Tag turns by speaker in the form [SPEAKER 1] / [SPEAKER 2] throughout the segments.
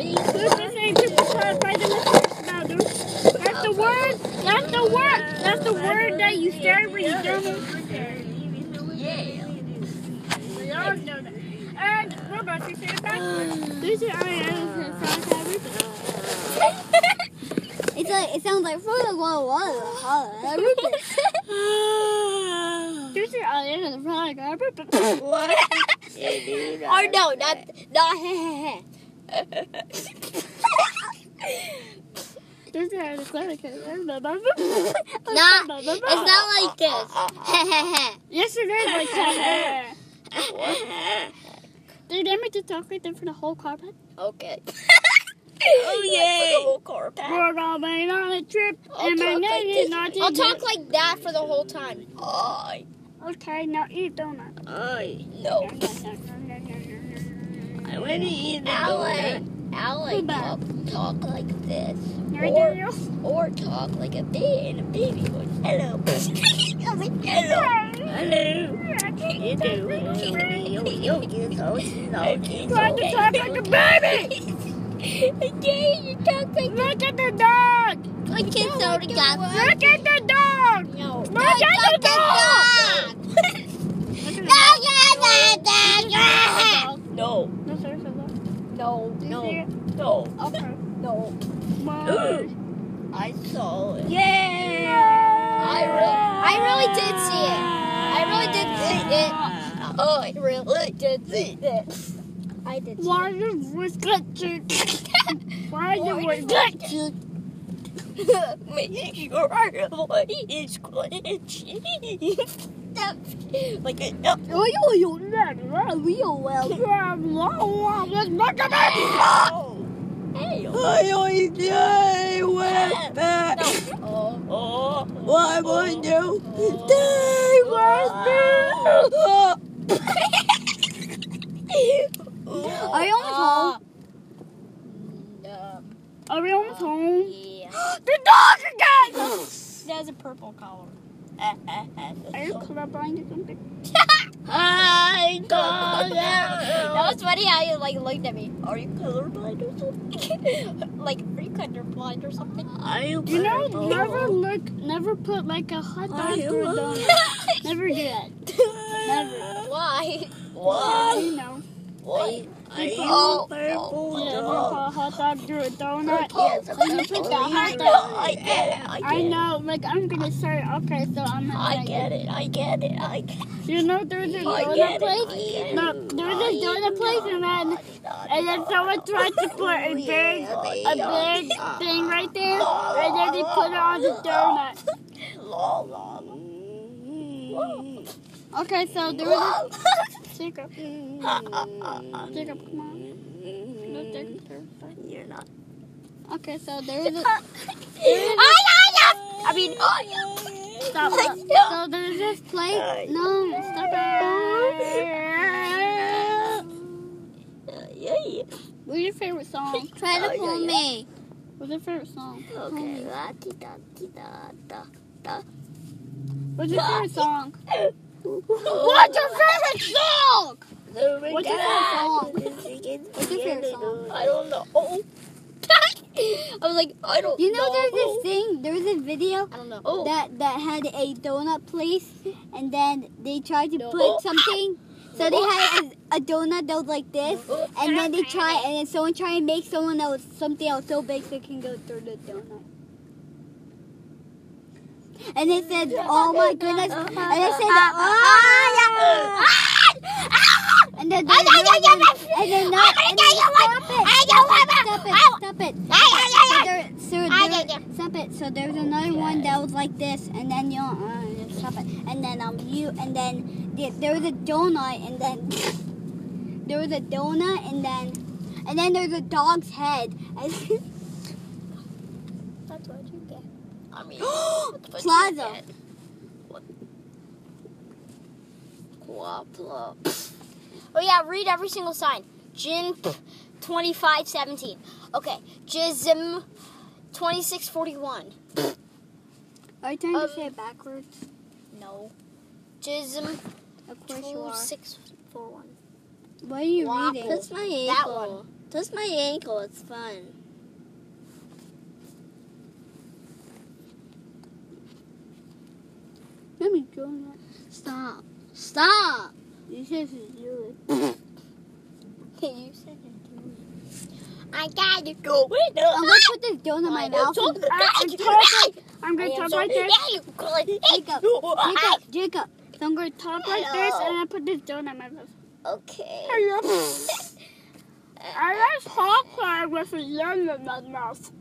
[SPEAKER 1] listening to the charge by the Mr. Bowder. That's the word. That's the word. That's the word that you started when you don't. Yeah. We all know that. And we're about to say it backwards. These are our
[SPEAKER 2] It's like it sounds like from the wall, wall,
[SPEAKER 1] These are our answers.
[SPEAKER 2] What? Or no, not not heh
[SPEAKER 1] These are our answers.
[SPEAKER 2] Not. It's not like this.
[SPEAKER 1] Yes, it is like that. Dude, let me just talk right there for the whole car pack.
[SPEAKER 2] okay.
[SPEAKER 3] Oh yeah. The whole car pack.
[SPEAKER 1] We're going on a trip,
[SPEAKER 2] I'll
[SPEAKER 1] and my
[SPEAKER 2] talk like
[SPEAKER 1] name
[SPEAKER 2] this.
[SPEAKER 1] is not
[SPEAKER 2] I'll talk like that for the whole time.
[SPEAKER 3] I.
[SPEAKER 1] Okay, now eat donut.
[SPEAKER 3] I.
[SPEAKER 2] Oh.
[SPEAKER 3] No. I want to eat
[SPEAKER 2] Alec, Alec,
[SPEAKER 1] Goodbye.
[SPEAKER 2] talk, talk like this,
[SPEAKER 1] Right there, you.
[SPEAKER 2] or talk like a bee and a baby voice. Hello.
[SPEAKER 3] Hello. Hello. You do. You you you go
[SPEAKER 1] Oh,
[SPEAKER 3] slow.
[SPEAKER 1] Trying to talk like a baby.
[SPEAKER 2] Okay, you talk like
[SPEAKER 1] Look at the dog.
[SPEAKER 2] I can't tell the guy.
[SPEAKER 1] Look at the dog.
[SPEAKER 2] No.
[SPEAKER 1] Look at the dog.
[SPEAKER 3] No.
[SPEAKER 1] No, sir, sir, sir.
[SPEAKER 3] No.
[SPEAKER 1] Do you see
[SPEAKER 3] No.
[SPEAKER 1] it?
[SPEAKER 3] No.
[SPEAKER 1] Okay.
[SPEAKER 3] No.
[SPEAKER 1] Wow.
[SPEAKER 3] I saw it.
[SPEAKER 1] Yay!
[SPEAKER 2] I really- I really did see it. I really did see it. Oh, I really did see this. I did. see
[SPEAKER 1] Why you was good to? Why you
[SPEAKER 2] Why
[SPEAKER 1] was
[SPEAKER 2] you
[SPEAKER 1] good
[SPEAKER 3] Make sure our boy is crunchy. like a duck.
[SPEAKER 1] Oh, you, you, that real well. Yeah, wow, wow, let's make a baby.
[SPEAKER 3] Oh. Hey.
[SPEAKER 4] Ôi ôi trời quên mẹ
[SPEAKER 2] Oh,
[SPEAKER 3] Oh.
[SPEAKER 4] Why would you They were still
[SPEAKER 3] Oh.
[SPEAKER 2] Are you almost home? No.
[SPEAKER 1] Are we almost home?
[SPEAKER 2] Yeah.
[SPEAKER 1] The dog again!
[SPEAKER 2] It has a purple collar.
[SPEAKER 1] Are you colorblind or something?
[SPEAKER 3] I
[SPEAKER 2] that
[SPEAKER 3] got
[SPEAKER 2] was funny how you like looked at me.
[SPEAKER 3] Are you colorblind or something?
[SPEAKER 2] like are you colorblind or something?
[SPEAKER 3] Are you
[SPEAKER 1] You know,
[SPEAKER 3] colorblind?
[SPEAKER 1] never look, never put like a hot dog through a donut. Never do that. Never.
[SPEAKER 2] Why?
[SPEAKER 3] Why?
[SPEAKER 1] You know,
[SPEAKER 3] Why? Are you
[SPEAKER 2] Oh,
[SPEAKER 3] purple?
[SPEAKER 1] you never put a hot dog through a donut.
[SPEAKER 3] Yes,
[SPEAKER 1] You
[SPEAKER 3] I'm
[SPEAKER 1] put
[SPEAKER 3] colorblind.
[SPEAKER 1] the hot dog.
[SPEAKER 3] I get it. I
[SPEAKER 1] I
[SPEAKER 3] get it.
[SPEAKER 1] know, like I'm gonna say, okay, so I'm gonna
[SPEAKER 3] I
[SPEAKER 1] say
[SPEAKER 3] get it. I get it. I get it.
[SPEAKER 1] You know, there's a
[SPEAKER 3] I
[SPEAKER 1] donut
[SPEAKER 3] get it.
[SPEAKER 1] place. No, there's a donut place, and then and then someone tried to put a big a big thing right there, and then they put it on the donut.
[SPEAKER 3] La, la, la.
[SPEAKER 1] Okay, so there was a Jacob. Jacob, come on. No, Jacob, Jacob.
[SPEAKER 3] You're not.
[SPEAKER 1] Okay, so there was a
[SPEAKER 2] I mean,
[SPEAKER 1] stop. stop. So there's this place. No, stop it.
[SPEAKER 3] Yeah, yeah.
[SPEAKER 1] What's your favorite song?
[SPEAKER 2] try to pull me.
[SPEAKER 1] What's your favorite song?
[SPEAKER 3] Okay. La, ti, da, ti, da, da.
[SPEAKER 1] What's your favorite song?
[SPEAKER 2] What's your favorite song?
[SPEAKER 1] What's your favorite song?
[SPEAKER 3] What's
[SPEAKER 2] your favorite song?
[SPEAKER 3] I don't know. Oh,
[SPEAKER 2] I was like, I don't.
[SPEAKER 5] You know, there's this thing. There was a video
[SPEAKER 2] I don't know. Oh,
[SPEAKER 5] that that had a donut place, and then they tried to
[SPEAKER 3] Oh.
[SPEAKER 5] put something. So they had a, a donut that was like this, and then they try and then someone try and make someone else something else so big so it can go through the donut. And it said, "Oh my goodness!" And it said, "Oh yeah!" And then, and then, and then, not, and then stop it! Stop it! Stop it! So there, so there, stop it. So there was another one that was like this, and then you uh, stop it, and then um you, and then the, there was a donut, and then there was a donut, and then and then there's a dog's head.
[SPEAKER 2] That's what you get.
[SPEAKER 3] Oh, I mean. but you
[SPEAKER 5] Plaza.
[SPEAKER 3] get- What? Guapla.
[SPEAKER 2] Oh yeah, read every single sign. Jin, twenty five seventeen. Okay, Jism, twenty six forty one.
[SPEAKER 5] Are you trying
[SPEAKER 2] Um,
[SPEAKER 5] to say it backwards?
[SPEAKER 2] No, Jism,
[SPEAKER 5] Of course you
[SPEAKER 2] two
[SPEAKER 5] are.
[SPEAKER 2] six four one.
[SPEAKER 5] What are you
[SPEAKER 2] Wap-
[SPEAKER 5] reading?
[SPEAKER 2] That's
[SPEAKER 5] my
[SPEAKER 2] That one.
[SPEAKER 1] Touch my ankle. It's fun. Let me draw that. Stop. Stop. You said to do it.
[SPEAKER 5] you said it. I got you.
[SPEAKER 3] Go with the
[SPEAKER 1] I'm gonna put this donut in my mouth.
[SPEAKER 3] Talk to
[SPEAKER 6] I'm
[SPEAKER 3] the
[SPEAKER 6] talking. I'm gonna top right there.
[SPEAKER 1] Jacob. Jacob. Jacob. So I'm gonna
[SPEAKER 6] Top like this, and I put this donut in my mouth.
[SPEAKER 3] Okay.
[SPEAKER 6] I like popcorn with a donut in my mouth.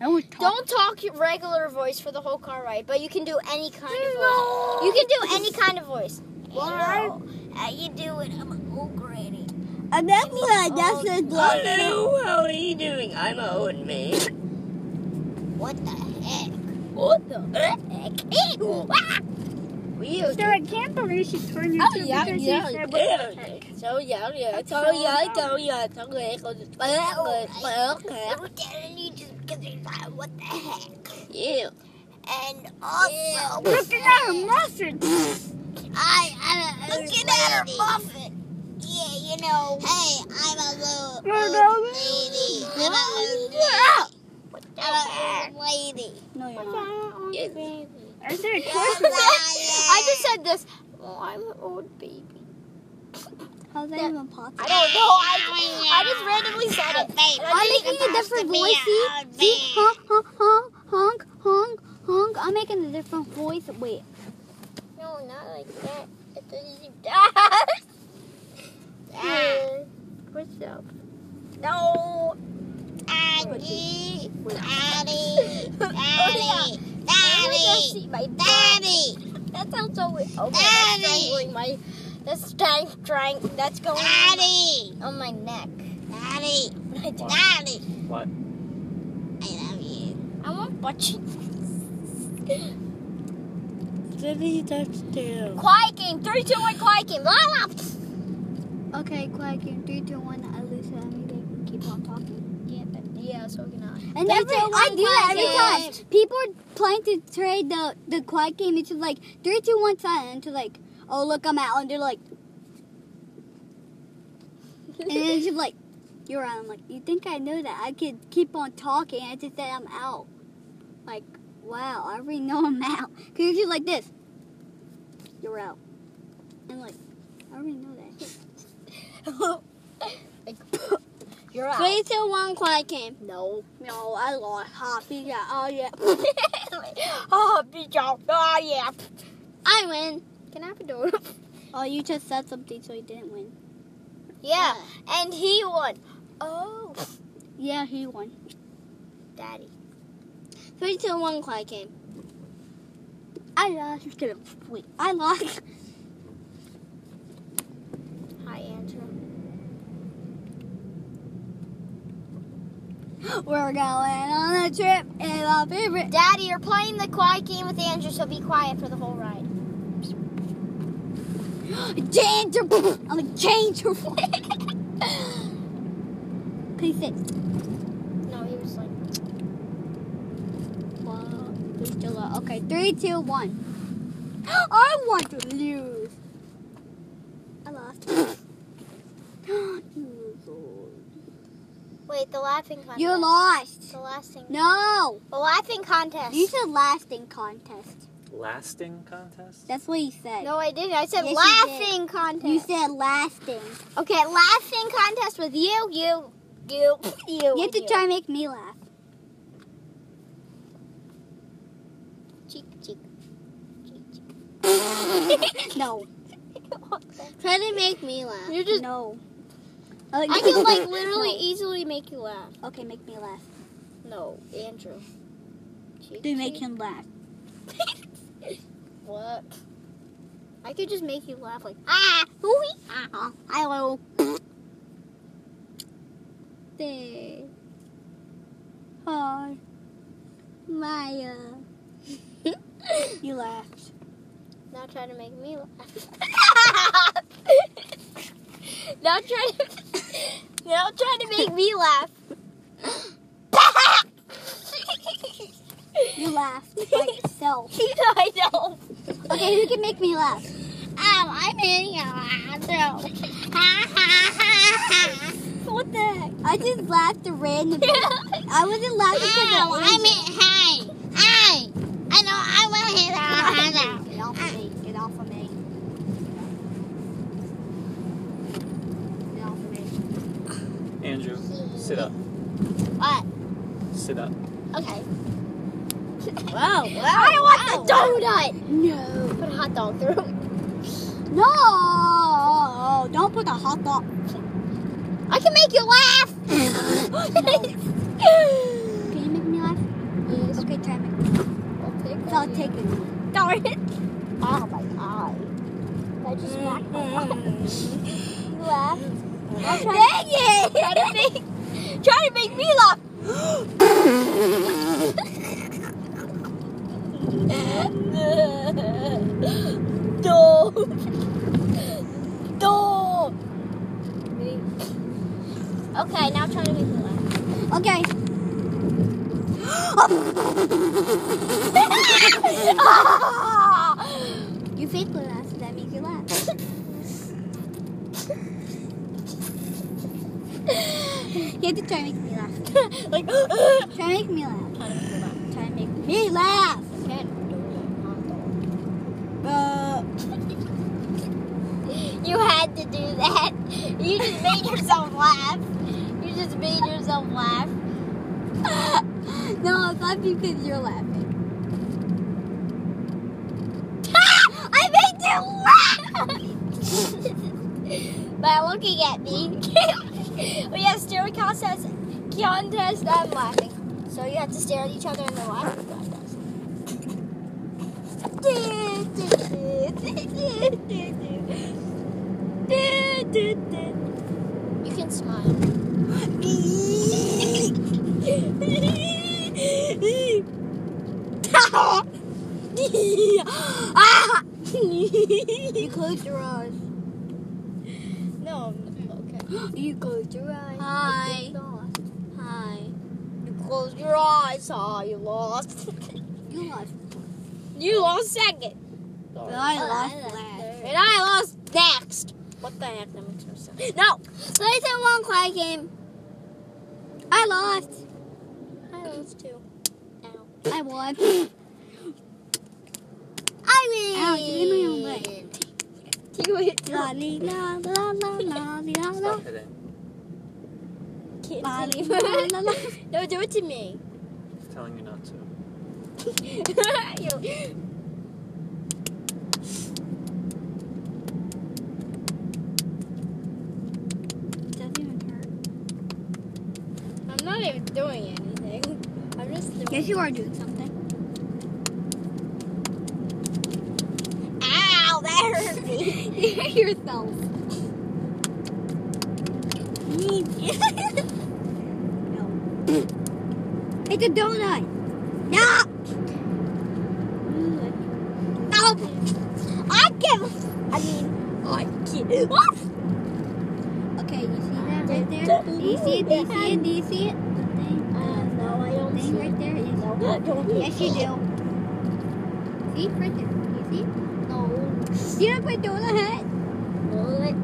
[SPEAKER 5] Don't talk your regular voice for the whole car ride, but you can do any kind of voice. You can do any kind of voice.
[SPEAKER 6] Hello.
[SPEAKER 5] How you doing? I'm old granny.
[SPEAKER 1] And that's what. That's the donut.
[SPEAKER 3] Oh, Hello, how are you doing? I'm an old man.
[SPEAKER 5] What the heck?
[SPEAKER 3] What the heck? Ew. Ah. Weird.
[SPEAKER 6] So I can't believe she turned you
[SPEAKER 3] Oh,
[SPEAKER 6] two
[SPEAKER 3] yeah,
[SPEAKER 6] because
[SPEAKER 3] yeah,
[SPEAKER 6] you said what the
[SPEAKER 3] yeah.
[SPEAKER 6] heck.
[SPEAKER 3] So yeah, yeah. So yeah, so yeah. So yeah, so yeah.
[SPEAKER 5] I was telling you just because you're like, what the heck?
[SPEAKER 3] Yeah.
[SPEAKER 5] And also,
[SPEAKER 6] Look at that mustard.
[SPEAKER 5] I, I'm a Look at her muffin. Yeah, you know. Hey, I'm a little lady. I'm a old lady. I'm a old Ah! Uh, lady.
[SPEAKER 1] No, you're not.
[SPEAKER 6] I
[SPEAKER 3] Yes.
[SPEAKER 6] said a
[SPEAKER 5] I'm
[SPEAKER 6] question.
[SPEAKER 5] not I just said this. Oh, I'm an old baby.
[SPEAKER 1] How's that even possible?
[SPEAKER 5] I don't know. I, I just randomly said it.
[SPEAKER 1] I'm making a different voice. See, see, honk, honk, honk, honk, honk, honk. I'm making a different voice. Wait,
[SPEAKER 5] No, not like that. It doesn't Ah, What's up? No. Daddy. Daddy. Daddy. Daddy. Daddy. That sounds so weird. Okay, that's strangling my. That's strang, strang, that's going Daddy. On, my, on my neck. Daddy. Daddy.
[SPEAKER 7] What?
[SPEAKER 5] I love you. I want butt
[SPEAKER 3] Lily, that's still.
[SPEAKER 5] Quiet game. 3, 2, 1, quiet game. La la.
[SPEAKER 1] okay, quiet game. Three, two, one. I lose it. I mean, they can keep on talking.
[SPEAKER 5] Yeah, but- yeah, so can I.
[SPEAKER 1] And
[SPEAKER 5] Every-
[SPEAKER 1] they do, I do that every
[SPEAKER 5] quiet
[SPEAKER 1] time. People are trying to trade the the quiet game into like three, two, one, silent. Into like, oh look, I'm out, and they're like, and then she's like, you're out. I'm like, you think I know that? I could keep on talking. I just said I'm out. Like, wow, I already know I'm out. Cause you're just like this. You're out. And like, I already know that.
[SPEAKER 5] You're out.
[SPEAKER 1] Three, two, one, quiet game.
[SPEAKER 5] No.
[SPEAKER 1] No, I lost. Happy, yeah, oh yeah.
[SPEAKER 5] oh, bitch out. Oh, yeah.
[SPEAKER 1] I win.
[SPEAKER 5] Can I have a door?
[SPEAKER 1] Oh, you just said something, so he didn't win.
[SPEAKER 5] Yeah, and he won. Oh,
[SPEAKER 1] Yeah, he won.
[SPEAKER 5] daddy.
[SPEAKER 1] Three, two, one, quiet game. I lost. Just kidding. Wait, I lost.
[SPEAKER 5] Hi, Andrew.
[SPEAKER 1] We're going on a trip in our favorite.
[SPEAKER 5] Daddy, you're playing the quiet game with Andrew, so be quiet for the whole ride.
[SPEAKER 1] Change your. I'm like change your. Please sit.
[SPEAKER 5] No, he was like,
[SPEAKER 1] Wow, we still are. Okay, three, two, one. I want to lose. I lost. You lose.
[SPEAKER 5] wait, the laughing contest.
[SPEAKER 1] you lost.
[SPEAKER 5] The lasting.
[SPEAKER 1] No,
[SPEAKER 5] The laughing contest.
[SPEAKER 1] you said lasting contest.
[SPEAKER 7] Lasting contest?
[SPEAKER 1] That's what you said.
[SPEAKER 5] no, I didn't. I said
[SPEAKER 1] Yes, you
[SPEAKER 5] laughing contest.
[SPEAKER 1] You said lasting.
[SPEAKER 5] okay, laughing contest with you, you, you, you.
[SPEAKER 1] You have to
[SPEAKER 5] and
[SPEAKER 1] try and make me laugh.
[SPEAKER 5] Cheek, cheek, cheek, cheek.
[SPEAKER 1] No.
[SPEAKER 5] Try to make me laugh.
[SPEAKER 1] You just no. Uh, I
[SPEAKER 5] I can like literally easily make you laugh.
[SPEAKER 1] Okay, make me laugh.
[SPEAKER 5] No, Andrew. Cheek,
[SPEAKER 1] Do make
[SPEAKER 5] cheek.
[SPEAKER 1] him laugh.
[SPEAKER 5] What? I could just make you laugh like ah, hoo-wee, ah.
[SPEAKER 1] Uh-huh. I will.
[SPEAKER 5] There.
[SPEAKER 1] Hi,
[SPEAKER 5] Maya.
[SPEAKER 1] uh, you laughed.
[SPEAKER 5] Now try to make me laugh. now try to now try to make me laugh.
[SPEAKER 1] You laughed by yourself.
[SPEAKER 5] I know.
[SPEAKER 1] Okay, who can make me laugh?
[SPEAKER 5] Um, I'm in your laugh. What the heck? I just laughed randomly. I wasn't laughing because
[SPEAKER 3] Ow, I meant hey. Hey. I know I want to hit our hand out.
[SPEAKER 5] Get off of me. Get off of me. Get off of me.
[SPEAKER 7] Andrew, sit up.
[SPEAKER 3] What?
[SPEAKER 7] Sit up.
[SPEAKER 3] Okay.
[SPEAKER 8] Wow, wow.
[SPEAKER 3] I want the donut.
[SPEAKER 5] Oh. No.
[SPEAKER 3] Put a hot dog through.
[SPEAKER 5] No. Don't put the hot dog.
[SPEAKER 3] I can make you laugh.
[SPEAKER 5] Can you make me laugh? Yes. Okay, try and make me laugh. I'll take it.
[SPEAKER 3] Darn it. Oh my god. I just knocked my You laughed.
[SPEAKER 5] I'll try.
[SPEAKER 3] Dang it! Try to make, try to make me laugh. no. No. Okay, now try to make me laugh.
[SPEAKER 5] Okay. You fake laugh, so that makes you laugh. you have to try and make me laugh.
[SPEAKER 3] like,
[SPEAKER 5] Try and make me laugh. Try and make me laugh. Uh,
[SPEAKER 3] you had to do that. You just made yourself laugh. You just made yourself laugh.
[SPEAKER 5] no, it's not because you're laughing.
[SPEAKER 3] I made you laugh by looking at me. we have staring contest, contest, and laughing. So you have to stare at each other in the laughing contest. You can smile.
[SPEAKER 5] You close your eyes.
[SPEAKER 3] No, okay.
[SPEAKER 5] You close your eyes.
[SPEAKER 3] Hi.
[SPEAKER 5] Hi.
[SPEAKER 3] You close your eyes. Oh, you lost.
[SPEAKER 5] You lost.
[SPEAKER 3] you lost second. Oh,
[SPEAKER 5] But I lost last.
[SPEAKER 3] And I lost next. What the heck? That makes no sense. No.
[SPEAKER 5] Let's have one quiet game. I lost.
[SPEAKER 3] I lost two. Ow.
[SPEAKER 5] I won. I win. Ow, you hit my own leg.
[SPEAKER 3] You hit
[SPEAKER 5] La li la la la la li la la.
[SPEAKER 7] Stop hitting.
[SPEAKER 3] kids.
[SPEAKER 5] La li la
[SPEAKER 3] anymore.
[SPEAKER 5] la la.
[SPEAKER 3] no, do it to me.
[SPEAKER 7] I'm telling you not to.
[SPEAKER 3] You-
[SPEAKER 5] Doesn't even hurt.
[SPEAKER 3] I'm not even doing anything. I'm just doing
[SPEAKER 5] Yes, you are doing something.
[SPEAKER 3] Ow, that hurt me.
[SPEAKER 5] Yourself. no. It's a donut. No.
[SPEAKER 3] Ow. I can. I mean, I can. What?
[SPEAKER 5] Okay, you see that right there? Do you see it? Do you see it? Do you see it? Thing,
[SPEAKER 3] Uh,
[SPEAKER 5] uh,
[SPEAKER 3] no, I don't
[SPEAKER 5] thing right there is.
[SPEAKER 3] No, I don't.
[SPEAKER 5] Yes, you do. See, right there. You see?
[SPEAKER 3] No.
[SPEAKER 5] Do you look my donut hat?
[SPEAKER 3] What?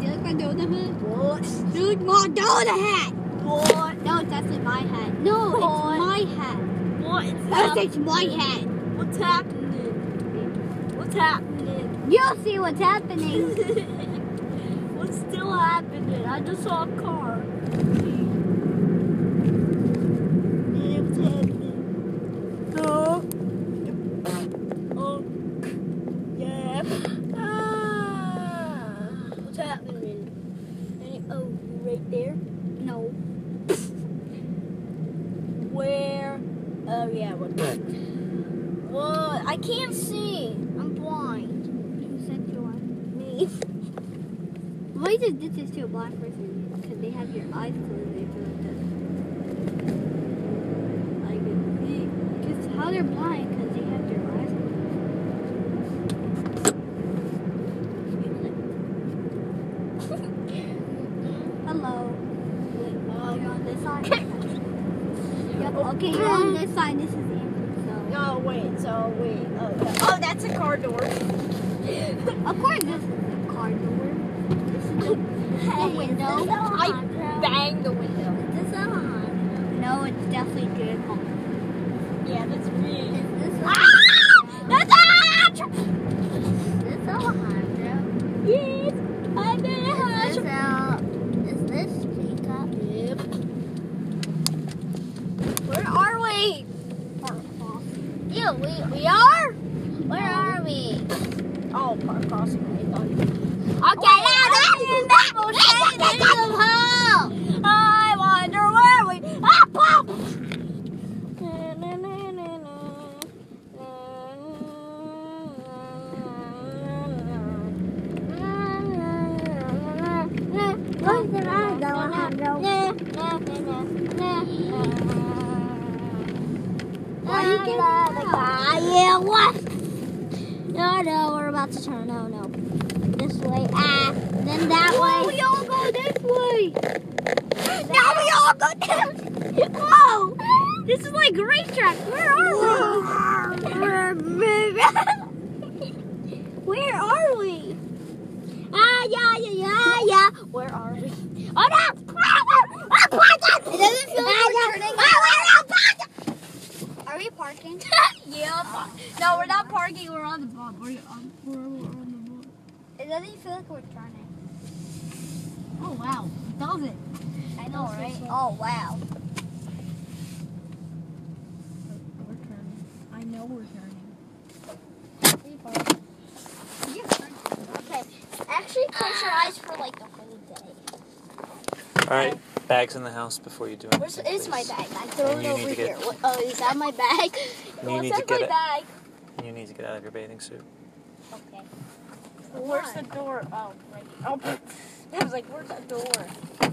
[SPEAKER 5] Do you look my donut hat?
[SPEAKER 3] What?
[SPEAKER 5] Do you look my donut hat?
[SPEAKER 3] What?
[SPEAKER 5] No, it's actually my hat. No, it's
[SPEAKER 3] What?
[SPEAKER 5] my hat.
[SPEAKER 3] Oh. What is
[SPEAKER 5] Yes, it's my hat.
[SPEAKER 3] What's happening? What's happening?
[SPEAKER 5] You'll see what's happening.
[SPEAKER 3] What's still happening? I just saw a car. What's happening? Oh. Oh. Yeah. Ah. What's happening? Any, oh, right there.
[SPEAKER 5] No.
[SPEAKER 3] Where? Oh yeah. What? What? I can't see. I'm blind.
[SPEAKER 5] You said you are.
[SPEAKER 3] Me.
[SPEAKER 5] Why did this is to a black person? Because they have your eyes closed and they like this. I can see. Because how they're blind, because they have their eyes closed. Hello. Oh, you're on this side? yep, okay, you're on this side. This is Andrew, so.
[SPEAKER 3] Oh wait, so wait. Oh, that- oh that's a car door.
[SPEAKER 5] Of course, this is the car door. This is the, this is the window.
[SPEAKER 3] I,
[SPEAKER 2] bang the window. Is this on?
[SPEAKER 5] No, it's definitely good.
[SPEAKER 2] Yeah, that's me.
[SPEAKER 5] Is this
[SPEAKER 2] Ah! That's on!
[SPEAKER 5] is this Alejandro?
[SPEAKER 2] Yes! I did
[SPEAKER 5] Is
[SPEAKER 2] it!
[SPEAKER 5] this Al? Is this Jacob? Yep.
[SPEAKER 2] Where are we?
[SPEAKER 5] Yeah, we we are. Where are we?
[SPEAKER 2] Oh, park crossing. I thought
[SPEAKER 5] Okay, now that's in that hole.
[SPEAKER 2] I wonder where we. Ah, pop!
[SPEAKER 5] Look at that, Alejandro. Why you getting out? Yeah, what? No, no, we're about to turn. No, no. This way. Ah, then that way. we all go this way. Now we all go down. Oh, this is like racetrack. Where are we? We're moving. Where are we? Ah, yeah, yeah, yeah, yeah. Where are we? Oh, no! It doesn't feel like we're turning. Ah, Are we parking?
[SPEAKER 2] Yeah. fuck. No, we're not parking. We're on the bump. We're on, we're on the bump.
[SPEAKER 5] It doesn't feel like we're turning.
[SPEAKER 2] Oh wow, it does it?
[SPEAKER 5] I know, right? Oh wow.
[SPEAKER 2] We're turning. I know we're turning.
[SPEAKER 5] Okay. Actually, close your eyes for like the whole day.
[SPEAKER 7] All right, bags in the house before you do anything.
[SPEAKER 5] Where's is my
[SPEAKER 7] please.
[SPEAKER 5] bag? I threw
[SPEAKER 7] And
[SPEAKER 5] it
[SPEAKER 7] you
[SPEAKER 5] over
[SPEAKER 7] need to
[SPEAKER 5] here.
[SPEAKER 7] get-
[SPEAKER 5] What, oh, is that my bag?
[SPEAKER 7] You
[SPEAKER 5] What's
[SPEAKER 7] need
[SPEAKER 5] that
[SPEAKER 7] to get
[SPEAKER 5] my
[SPEAKER 7] it.
[SPEAKER 5] bag?
[SPEAKER 7] You need to get out of your bathing suit.
[SPEAKER 5] Okay.
[SPEAKER 2] Where's the door? Oh, right. Oh, I was like, where's that door?